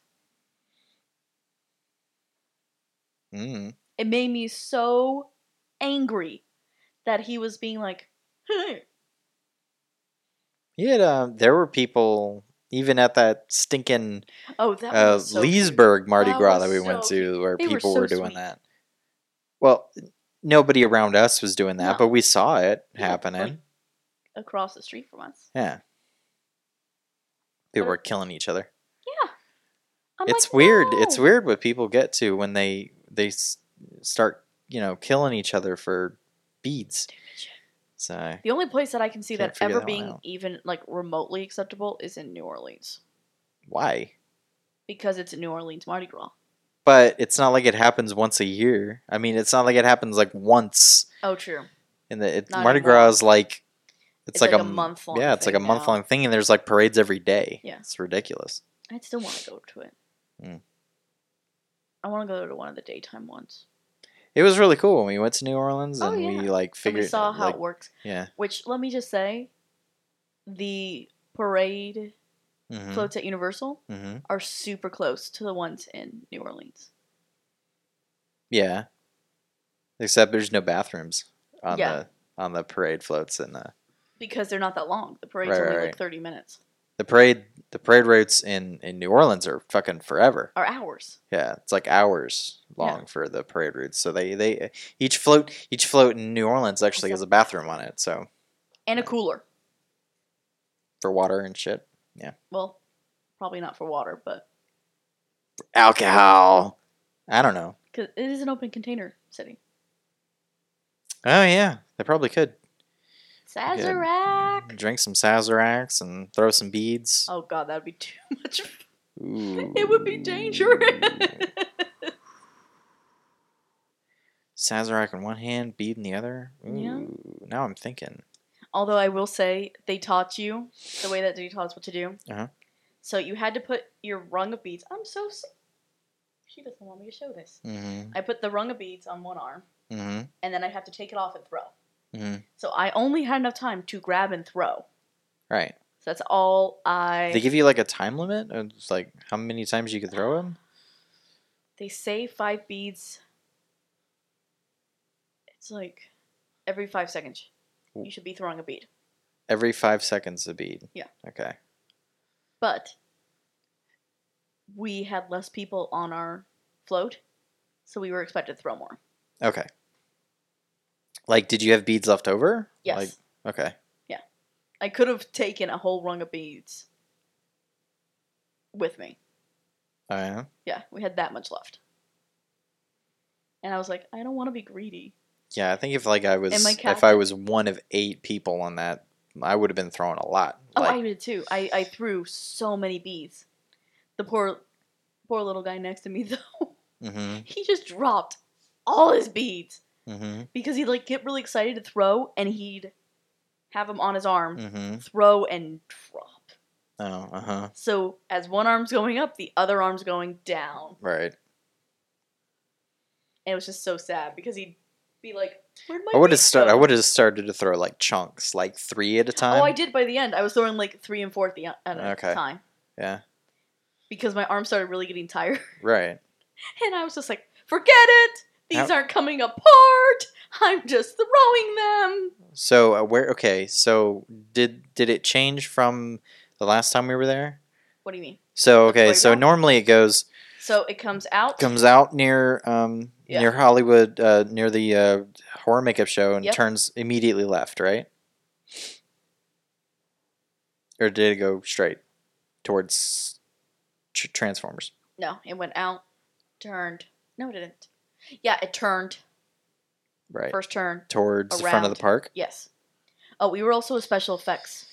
A: mm.
B: It made me so angry that he was being like,
A: He had, um, there were people Even at that stinking
B: <laughs> Oh, that one
A: uh,
B: was so
A: Leesburg Mardi
B: That
A: Gras
B: was
A: that we went
B: so
A: to, where
B: They were
A: people were,
B: so
A: doing
B: sweet.
A: that. Well, nobody around us was doing that,
B: No.
A: but we saw it
B: Yeah,
A: happening.
B: like- cute. across the street from us.
A: yeah, people
B: They're-
A: were killing each other.
B: I'm
A: it's
B: like,
A: weird. It's
B: "No."
A: weird what people get to when they they s- start you know killing each other for beads.
B: shit.
A: So
B: The only place that I can see
A: Can't
B: that
A: figure that one
B: ever being
A: out.
B: even like remotely acceptable is in New Orleans
A: why?
B: because it's a New Orleans Mardi Gras.
A: But it's not like it happens once a year. I mean, it's not like it happens like once.
B: Oh, true.
A: And the it,
B: Not
A: Mardi
B: anymore.
A: Gras is like it's,
B: It's
A: like,
B: like
A: a
B: a month-long
A: Yeah, it's like a
B: thing now.
A: month long thing, and there's like parades every day.
B: Yeah.
A: it's ridiculous.
B: I'd still want to go to it.
A: Mm.
B: I want to go to one of the daytime ones.
A: It was really cool when we went to New Orleans
B: Oh,
A: and we
B: yeah.
A: like
B: And
A: figured
B: we saw how
A: like,
B: it works.
A: yeah.
B: Which let me just say, the parade
A: Mm-hmm.
B: floats at Universal
A: hmm
B: are super close to the ones in New Orleans.
A: Yeah. Except there's no bathrooms on
B: Yeah.
A: the on the parade floats and uh, the
B: Because they're not that long. The parade's
A: Right,
B: only
A: right,
B: like
A: right.
B: thirty minutes.
A: the parade the parade routes in in New Orleans are fucking forever.
B: Or hours.
A: Yeah, it's like hours
B: Yeah.
A: long for the parade routes. So they they each float each float in New Orleans actually has a bathroom on it. So
B: And a cooler.
A: for water and shit.
B: Well, probably not for water, but
A: Alcohol. I don't know.
B: Because it is an open container city.
A: Oh yeah, they probably could
B: Sazerac!
A: drink some sazeracs and throw some beads.
B: Oh god, that'd be too <laughs> much.
A: <laughs> Ooh.
B: It would be dangerous.
A: Sazerac in one hand, bead in the other. Ooh,
B: Yeah.
A: Now I'm thinking.
B: Although I will say, they taught you the way that they taught us what to do.
A: Uh-huh.
B: So you had to put your rung of beads. I'm so. s She doesn't want me to show this.
A: Mm-hmm.
B: I put the rung of beads on one arm,
A: Mm-hmm.
B: and then I'd have to take it off and throw.
A: Mm-hmm.
B: So I only had enough time to grab and throw.
A: Right.
B: So that's all I.
A: They give you like a time limit of like how many times you could throw them.
B: they say five beads. It's like every five seconds, you should be throwing a bead.
A: Every five seconds a bead.
B: Yeah.
A: Okay.
B: But we had less people on our float, so we were expected to throw more.
A: Okay. Like, did you have beads left over?
B: Yes,
A: Like, okay.
B: I could have taken a whole rung of beads with me.
A: Oh, yeah.
B: Yeah, we had that much left. And I was like, I don't want to be greedy.
A: Yeah, I think if like I was
B: my
A: if I
B: captain-
A: was one of eight people on that, I would have been throwing a lot.
B: Oh,
A: Like,
B: I did too. I, I threw so many beads. The poor, poor little guy next to me <laughs> though.
A: Mm-hmm.
B: he just dropped all his beads
A: Mm-hmm.
B: because he'd like get really excited to throw and he'd have them on his arm
A: Mm-hmm.
B: throw and drop
A: Oh, uh-huh.
B: so as one arm's going up the other arm's going down
A: Right.
B: and it was just so sad because he'd be like where'd my
A: I would have
B: beads
A: start.
B: go?"
A: I would have started to throw like chunks, like three at a time.
B: oh i did by the end i was throwing like three and four at the en- at a
A: Okay.
B: time
A: Yeah.
B: because my arm started really getting tired <laughs>
A: Right.
B: and i was just like forget it these
A: How-
B: aren't coming apart i'm just throwing them
A: So uh, where? Okay. So did did it change from the last time we were there?
B: what do you mean
A: So okay.
B: playground?
A: So normally it goes
B: so it comes out
A: comes out near um
B: Yeah.
A: near Hollywood uh, near the uh, horror makeup show and
B: Yep.
A: turns immediately left, right? Or did it go straight towards tr- Transformers?
B: No, it went out, turned. No, it didn't. Yeah, it turned.
A: Right.
B: First turn.
A: towards the front of the park.
B: Yes. Oh, we were also a special effects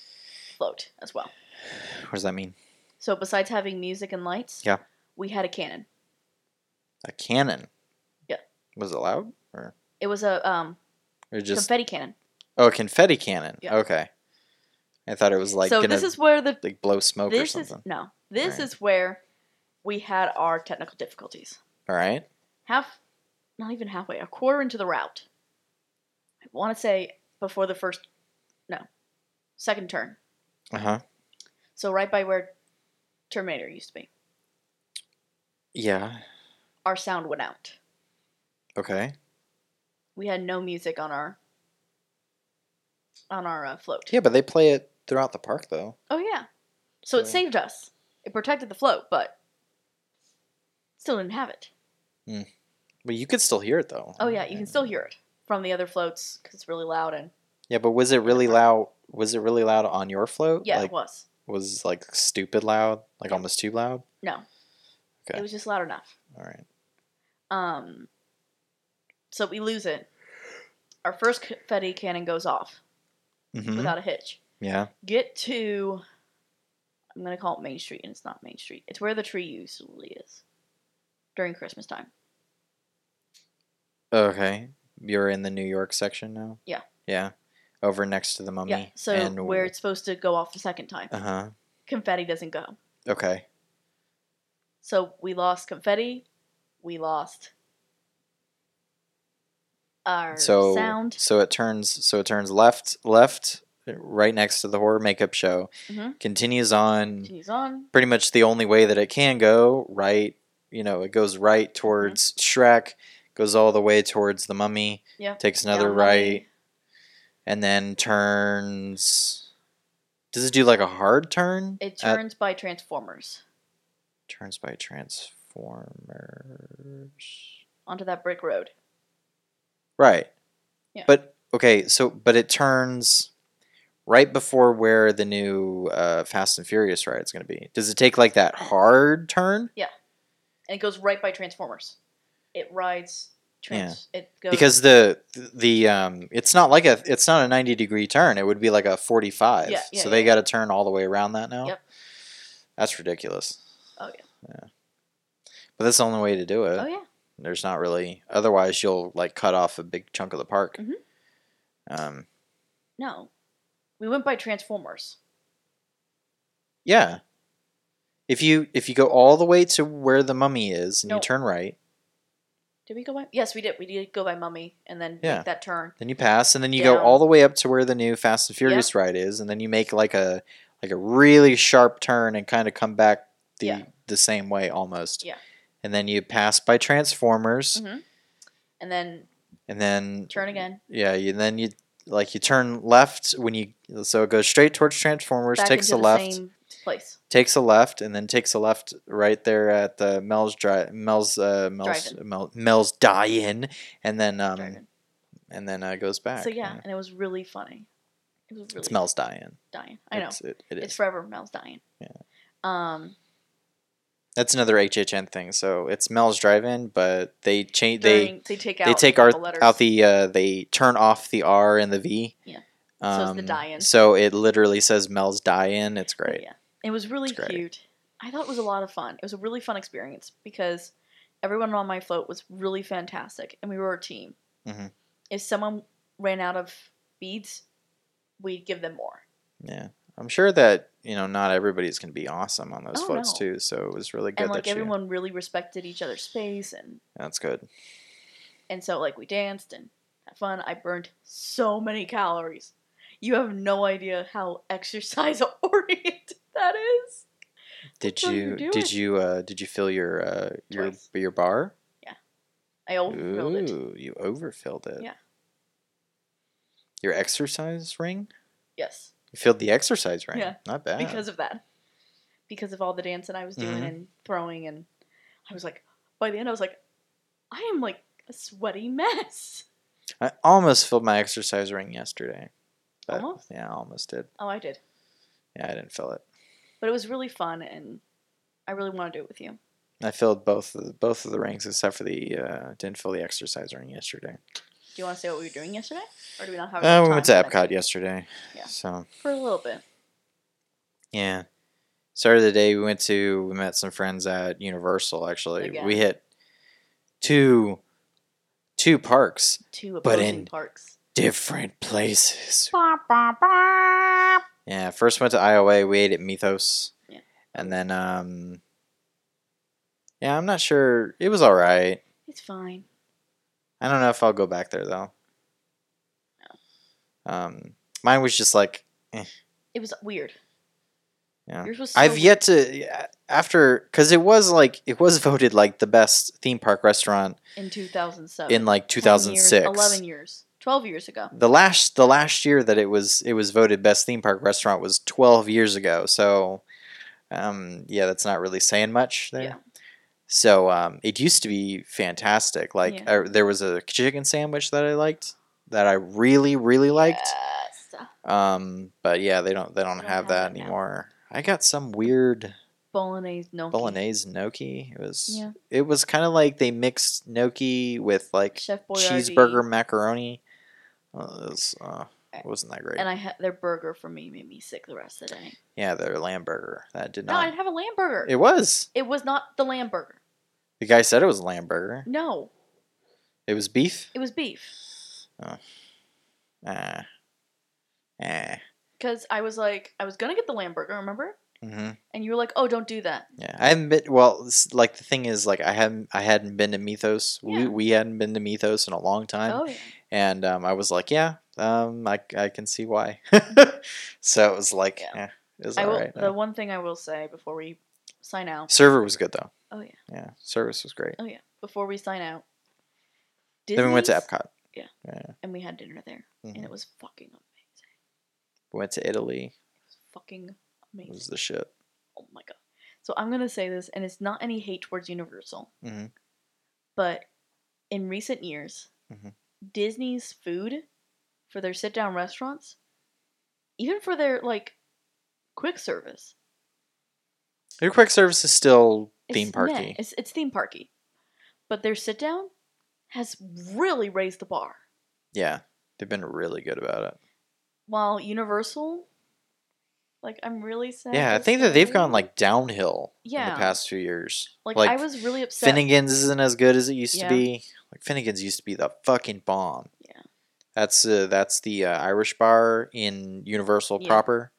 B: float as well.
A: What does that mean?
B: So besides having music and lights,
A: Yeah.
B: we had a cannon.
A: A cannon.
B: Yeah.
A: Was it loud or
B: It was a um,
A: or just
B: confetti cannon.
A: oh a confetti cannon?
B: Yeah.
A: Okay. I thought it was like
B: so
A: gonna
B: this is where the
A: like blow smoke or
B: this is
A: something.
B: no this
A: Alright.
B: is where we had our technical difficulties.
A: All right.
B: Half, not even halfway, a quarter into the route. I want to say before the first, no, second turn.
A: Uh huh.
B: So right by where Terminator used to be,
A: Yeah.
B: our sound went out.
A: Okay.
B: We had no music on our on our uh, float.
A: Yeah, but they play it throughout the park though.
B: Oh yeah, So it
A: So-
B: saved us. It protected the float, but still didn't have it.
A: But you could still hear it though.
B: Oh yeah, you can still hear it from the other floats because it's really loud and
A: Yeah, but was it really loud? Was it really loud on your float?
B: yeah,
A: like,
B: it was.
A: was like stupid loud, like almost too loud.
B: No,
A: Okay.
B: it was just loud enough.
A: All right.
B: Um, so we lose it. Our first confetti cannon goes off
A: Mhm.
B: without a hitch.
A: Yeah.
B: Get to, I'm gonna call it Main Street, and it's not Main Street. It's where the tree usually is during Christmas time.
A: Okay. You're in the New York section now.
B: Yeah.
A: Yeah. Over next to the mummy.
B: yeah, so
A: and
B: where it's supposed to go off the second time,
A: Uh huh.
B: confetti doesn't go.
A: Okay.
B: So we lost confetti. We lost our
A: so mm,
B: sound.
A: so it turns so it turns left left right next to the horror makeup show.
B: Mhm.
A: Continues on
B: Continues on.
A: pretty much the only way that it can go right you know it goes right towards
B: Mm-hmm.
A: shrek goes all the way towards the mummy
B: Yeah,
A: takes another
B: down
A: right
B: Mummy.
A: and then turns does it do like a hard turn
B: It
A: At-
B: turns by Transformers
A: turns by transformers
B: onto that brick road.
A: right
B: Yeah.
A: but okay so but it turns right before where the new uh, fast and furious ride is going to be does it take like that hard turn
B: And it goes right by Transformers. It rides trans it goes
A: because the the um it's not like a it's not a 90 degree turn it would be like a 45
B: Yeah, yeah,
A: so
B: yeah,
A: they
B: yeah.
A: got to turn all the way around that now
B: Yep.
A: that's ridiculous
B: Oh, yeah.
A: yeah but that's the only way to do it
B: Oh yeah.
A: there's not really otherwise you'll like cut off a big chunk of the park
B: Mhm.
A: um
B: No. We went by Transformers.
A: yeah if you if you go all the way to where the mummy is and
B: No.
A: you turn right
B: Did we go by Yes, we did. We did go by Mummy and then
A: Yeah.
B: make that turn.
A: then you pass and then you go
B: Down.
A: all the way up to where the new fast and furious ride is and then you make like a like a really sharp turn and kind of come back the
B: Yeah.
A: the same way almost
B: Yeah.
A: and then you pass by transformers
B: Mhm. And then
A: and then
B: turn again.
A: yeah you then you like you turn left when you so it goes straight towards transformers
B: Back
A: takes
B: into
A: a
B: the
A: left
B: same place.
A: takes a left and then takes a left right there at the mel's drive mel's uh mel's
B: Drive-In.
A: Mel, mel's die-in and then um
B: Driving.
A: and then uh goes back
B: So yeah, and it was really funny. It was really
A: it's mel's die-in
B: dying. I know.
A: it's, it, it
B: It's,
A: is
B: forever Mel's dying.
A: Yeah.
B: Um
A: That's another HHN thing. So it's Mel's Drive-In, but they change they
B: during, they take out
A: they take
B: a
A: our,
B: couple letters.
A: out the uh, they turn off the R and the V.
B: Yeah.
A: Um,
B: So it's the die-in.
A: So it literally says Mel's die-in. It's great.
B: Yeah. It was really
A: It's great.
B: cute. I thought it was a lot of fun. It was a really fun experience because everyone on my float was really fantastic and we were a team.
A: Mhm.
B: If someone ran out of beads, we'd give them more.
A: Yeah. I'm sure that you know not everybody's gonna be awesome on those
B: Oh,
A: floats
B: no.
A: too. So it was really good
B: and like
A: that you.
B: everyone really respected each other's space and
A: That's good.
B: And so like we danced and had fun. I burned so many calories. You have no idea how <laughs> exercise oriented that is.
A: Did
B: what you
A: you
B: do
A: did
B: it.
A: you uh, did you fill your uh, your
B: Twice.
A: your bar?
B: I overfilled it.
A: Ooh, you overfilled it.
B: Yeah.
A: Your exercise ring.
B: Yes.
A: You filled the exercise ring.
B: Yeah,
A: Not bad.
B: Because of that. Because of all the dancing I was doing
A: Mhm.
B: and throwing and I was like by the end I was like I am like a sweaty mess. <laughs>
A: I almost filled my exercise ring yesterday. But,
B: Almost?
A: Yeah, I almost did.
B: Oh, I did.
A: Yeah, I didn't fill it.
B: But it was really fun and I really want to do it with you.
A: I filled both of the, both of the rings except for the uh, didn't fill the exercise ring yesterday.
B: Do you want to say what we were doing yesterday? Or do we not have
A: Uh,
B: enough
A: we went to
B: time for that?
A: Epcot yesterday.
B: Oh, Yeah.
A: So
B: for a little bit.
A: yeah, started the day. We went to we met some friends at Universal. Actually,
B: Again.
A: we hit two two parks,
B: Two
A: But
B: opposing
A: in-
B: parks.
A: different places.
B: Bah, bah, bah.
A: Yeah, first went to Iowa. We ate at Mythos.
B: Yeah.
A: And then, um, yeah, I'm not sure. It was all right.
B: It's fine.
A: I don't know if I'll go back there though. Um, mine was just like
B: It was weird.
A: Yeah.
B: Yours was so
A: I've yet to after because it was like it was <laughs> voted like the best theme park restaurant
B: in 2007.
A: in like
B: 10 years,
A: 2006.
B: 11 years. 12 years ago.
A: the last the last year that it was it was voted best theme park restaurant was 12 years ago. So Um, yeah, that's not really saying much there.
B: Yeah.
A: So um, it used to be fantastic. Like
B: Yeah.
A: I, there was a chicken sandwich that I liked that I really really liked.
B: Yes.
A: Um, but yeah, they don't they don't,
B: Don't
A: have
B: have
A: that
B: it now.
A: anymore. I got some weird
B: Bolognese gnocchi.
A: bolognese gnocchi. It was
B: Yeah.
A: it was kind of like they mixed gnocchi with like
B: Chef Boyardee.
A: cheeseburger macaroni. Uh, it, was, uh, it wasn't that great.
B: Eh, And I had their burger for me made me sick the rest of the day.
A: yeah, their lamb burger that did
B: No, I
A: not.
B: didn't have a lamb burger.
A: it was
B: It was not the lamb burger.
A: the guy said it was a lamb burger.
B: No,
A: It was beef.
B: it was beef.
A: Ah, ah,
B: Because I was like, I was gonna get the lamb burger, remember?
A: hmm
B: And you were like, oh, don't do that.
A: Yeah, I haven't been. Well, s- like the thing is, like I haven't, I hadn't been to Mythos. We
B: Yeah.
A: we hadn't been to Mythos in a long time.
B: oh yeah.
A: and um, I was like, yeah, um, I, I can see why. <laughs> so it was like,
B: Mm-hmm. Yeah.
A: eh, it was
B: I
A: all
B: will.
A: right.
B: The
A: uh.
B: one thing I will say before we sign out.
A: Server was good though.
B: Oh yeah.
A: Yeah, service was great.
B: Oh yeah. Before we sign out.
A: Then we went to
B: Disney's,
A: Epcot.
B: Yeah.
A: yeah.
B: And we had dinner there,
A: mhm.
B: and it was fucking amazing. It
A: We went to Italy.
B: was fucking
A: It
B: amazing.
A: was the shit.
B: oh my god. So I'm gonna say this, and it's not any hate towards Universal,
A: Mhm.
B: but in recent years,
A: Mhm.
B: Disney's food for their sit-down restaurants, even for their like quick service,
A: Your quick service is still
B: it's
A: theme
B: meh.
A: parky.
B: It's it's theme parky, but their sit-down has really raised the bar.
A: yeah, they've been really good about it.
B: While Universal, like I'm really sad.
A: yeah, I
B: to
A: think that they've
B: say-
A: gone like downhill in
B: Yeah.
A: the past few years.
B: like, I was really upset.
A: Finnegan's isn't as good as it used
B: Yeah.
A: to be. Like Finnegan's used to be the fucking bomb.
B: Yeah.
A: That's uh, that's the uh, Irish bar in Universal
B: Yeah.
A: proper.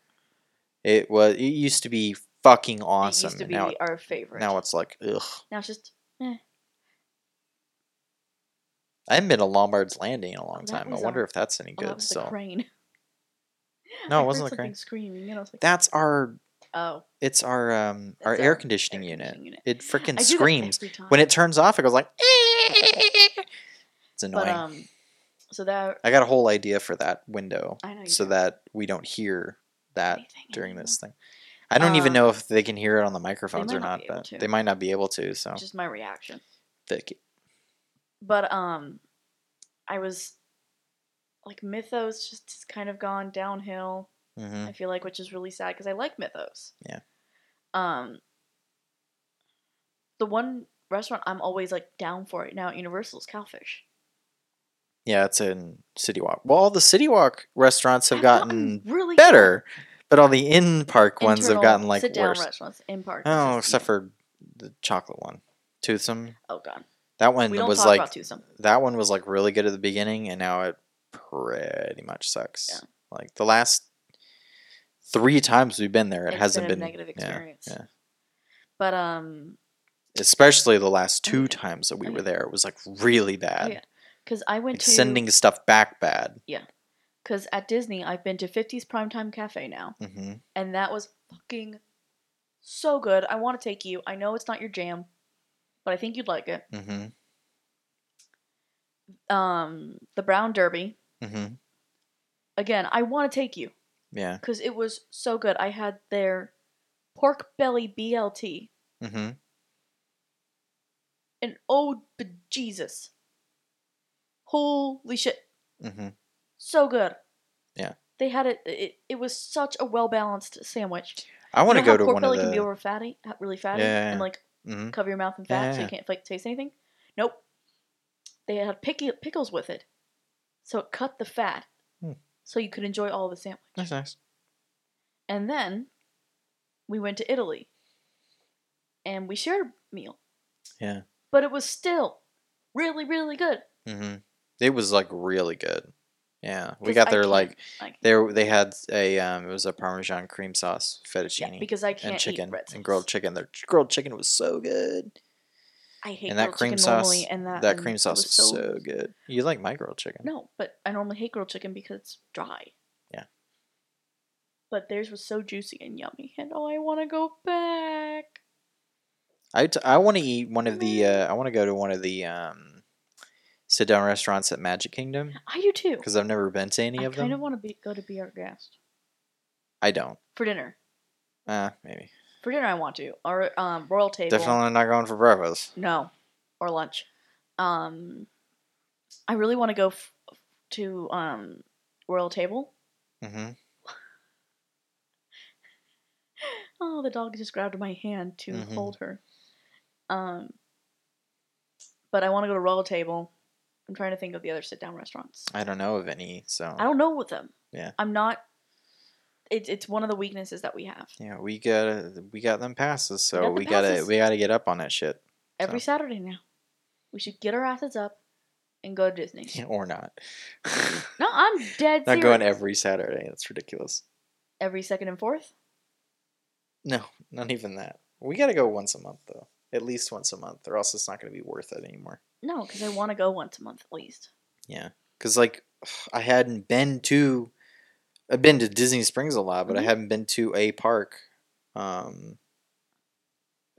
A: It was it used to be fucking awesome.
B: It used to
A: and
B: be
A: now
B: our favorite.
A: now it's like ugh.
B: now it's just
A: I haven't been to Lombard's Landing in a long
B: That
A: time. I
B: was
A: wonder
B: our-
A: if that's any
B: oh, that
A: good
B: was
A: still.
B: the crane.
A: No,
B: I
A: it wasn't
B: heard
A: the crane.
B: something Screaming, and I was like,
A: That's our
B: oh,
A: it's our um our
B: That's
A: air
B: our
A: conditioning
B: air
A: unit.
B: conditioning unit.
A: It freaking
B: I do that
A: screams.
B: every time.
A: When it turns off it goes like <laughs> It's annoying.
B: But um, so that
A: I got a whole idea for that window.
B: I know Oh, you
A: so
B: don't
A: that we don't hear that
B: anything
A: during
B: anymore.
A: this thing. I don't even
B: Uh,
A: know if they can hear it on the microphones
B: might
A: or
B: not
A: not,
B: be able
A: but
B: to.
A: they might not be able to. So
B: Just my reaction.
A: fuck it.
B: But um, I was like Mythos just has kind of gone downhill.
A: Mhm.
B: I feel like, which is really sad because I like Mythos.
A: Yeah.
B: Um, the one restaurant I'm always like down for right now at Universal is Cowfish.
A: Yeah, it's in City Walk. Well, all the City Walk restaurants have
B: I've
A: gotten
B: really good
A: better, but all the in park ones have
B: internal
A: gotten like
B: sit-down
A: worse.
B: restaurants in park. it's
A: Oh,
B: just-
A: except for the chocolate one, Toothsome.
B: oh god,
A: That one
B: we don't
A: was
B: talk
A: like
B: about Tucson.
A: that one was like really good at the beginning, and now it pretty much sucks.
B: Yeah.
A: Like the last three times we've been there, it
B: It's
A: hasn't
B: been a
A: been
B: negative
A: yeah.
B: experience. But um,
A: especially the last
B: Oh,
A: two
B: yeah.
A: times that we
B: Oh,
A: were
B: yeah.
A: there it was like really bad
B: yeah. because I went
A: like
B: to
A: sending stuff back bad
B: because at Disney I've been to 50's Primetime Cafe now,
A: hmm
B: and that was fucking so good. I want to take you. I know it's not your jam, but I think you'd like it.
A: hmm
B: Um, the Brown Derby
A: hmm
B: again. I want to take you
A: yeah
B: because it was so good. I had their pork belly BLT,
A: hmm
B: and oh bejesus, holy shit,
A: hmm
B: so good.
A: Yeah.
B: They had it. It, it was such a well balanced sandwich.
A: i want
B: You
A: to
B: know
A: go
B: how
A: to
B: pork
A: one of
B: belly can be
A: the
B: over fatty, ha- really fatty,
A: Yeah, yeah, yeah.
B: and like
A: Mhm.
B: cover your mouth in fat so
A: Yeah.
B: you can't like taste anything. Nope, they had picky, pickles with it, so it cut the fat,
A: Hmm.
B: so you could enjoy all the sandwich.
A: that's nice
B: And then we went to Italy, and we shared a meal.
A: Yeah.
B: but it was still really, really good.
A: hmm it was like really good yeah we
B: 'Cause
A: got
B: I
A: there
B: can't-
A: like
B: I can't-
A: there they had a um it was a parmesan cream sauce fettuccine
B: yeah, because I can't
A: and
B: eat
A: chicken
B: red
A: and
B: sauce.
A: grilled chicken their ch- grilled chicken was so good
B: I hate
A: and that
B: grilled
A: cream
B: chicken
A: sauce-
B: normally, and that
A: that
B: and
A: cream
B: it
A: sauce
B: was
A: was so, good you like my grilled chicken
B: No, but I normally hate grilled chicken because it's dry.
A: Yeah.
B: But theirs was so juicy and yummy, and oh, I want to go back.
A: I, t- I want to eat one of the uh, I want to go to one of the um, sit down restaurants at Magic Kingdom
B: I do too.
A: because I've never been to any
B: I
A: of
B: kind
A: them.
B: of want to be, go to Be Our Guest
A: I don't.
B: for dinner.
A: Uh, maybe.
B: For dinner, I want to. Or um, royal table.
A: Definitely not going for breakfast.
B: No, or lunch. Um, I really want to go f- to um, royal table.
A: Mm-hmm.
B: Oh, the dog just grabbed my hand to
A: Mhm.
B: hold her. Um, but I want to go to royal table. I'm trying to think of the other sit down restaurants.
A: I don't know of any, so
B: I don't know with them.
A: Yeah.
B: I'm not. It's it's one of the weaknesses that we have.
A: yeah, we got we got them passes, so
B: got the
A: we gotta
B: passes.
A: we gotta get up on that shit <laughs>
B: Every
A: So.
B: Saturday now, we should get our asses up and go to Disney.
A: or not.
B: No, I'm dead
A: not
B: serious.
A: going every Saturday. That's ridiculous.
B: every second and fourth.
A: No, not even that. We gotta go once a month though, at least once a month, or else it's not gonna be worth it anymore.
B: No, because I want to go once a month at least.
A: Cause like <sighs> I hadn't been to, I've been to Disney Springs a lot, but
B: Mhm.
A: I haven't been to a park. Um,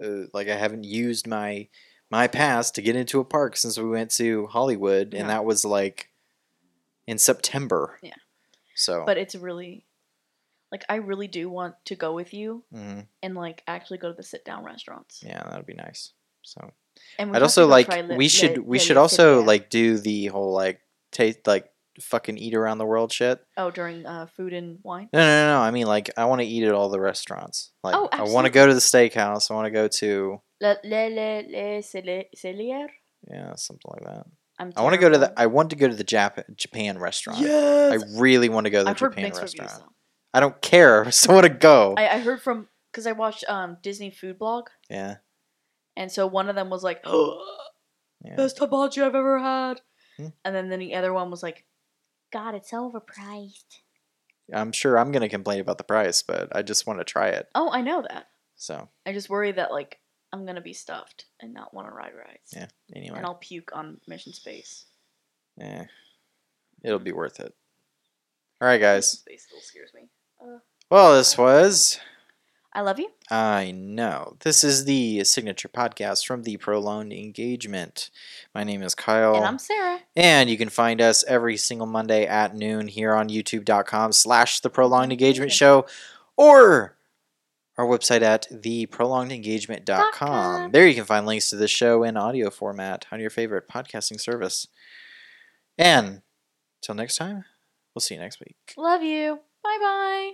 A: uh, like I haven't used my my pass to get into a park since we went to Hollywood, and
B: No.
A: that was like in September.
B: Yeah.
A: So.
B: But it's really, like, I really do want to go with you
A: mhm,
B: and like actually go to the sit down restaurants.
A: yeah, that'd be nice. So.
B: And
A: I'd
B: have to
A: also
B: go
A: like
B: try li-
A: we should
B: li-
A: we
B: li-
A: should
B: li-
A: also
B: sit down.
A: like do the whole like taste like fucking eat around the world shit.
B: oh during uh, food and wine.
A: No, no, no. no. I mean, like, I want to eat at all the restaurants. Like,
B: Oh,
A: I want to go to the steakhouse. I want to go to
B: Le le le le Celi- Celier.
A: yeah, something like that.
B: I'm
A: I want to go to the.
B: terrible.
A: I want to go to the Jap- Japan <laughs> restaurant. I
B: yes.
A: really want to go to the
B: I've heard
A: Japan
B: mixed
A: restaurant.
B: reviews though.
A: I don't care. <laughs> I still want to go.
B: I, I heard from because I watched um Disney Food Blog,
A: yeah,
B: and so one of them was like, <gasps> "Oh,
A: Yeah.
B: best hibachi I've ever had,"
A: Hmm.
B: and then the other one was like, "God, it's overpriced."
A: I'm sure I'm gonna complain about the price, but I just want to try it.
B: Oh, I know that.
A: So
B: I just worry that like I'm gonna be stuffed and not want to ride rides,
A: Yeah, anyway,
B: and I'll puke on Mission Space.
A: eh, it'll be worth it. All right, guys.
B: Mission Space still scares me.
A: Well, this was
B: I love you.
A: I know. This is the signature podcast from the Prolonged Engagement. My name is Kyle.
B: And I'm Sarah.
A: And you can find us every single Monday at noon here on youtube.com slash the
B: Mm-hmm.
A: prolonged engagement show or our website at theprolongedengagement.com.
B: com.
A: There you can find links to the show in audio format on your favorite podcasting service. And till next time, we'll see you next week.
B: Love you. Bye bye.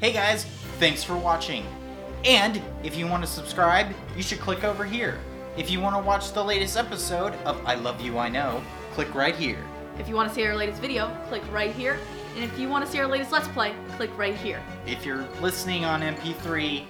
A: Hey guys, thanks for watching. And if you want to subscribe, you should click over here. If you want to watch the latest episode of I Love You I Know, click right here.
B: If you want to see our latest video, click right here. And if you want to see our latest Let's Play, click right here.
A: If you're listening on MP3,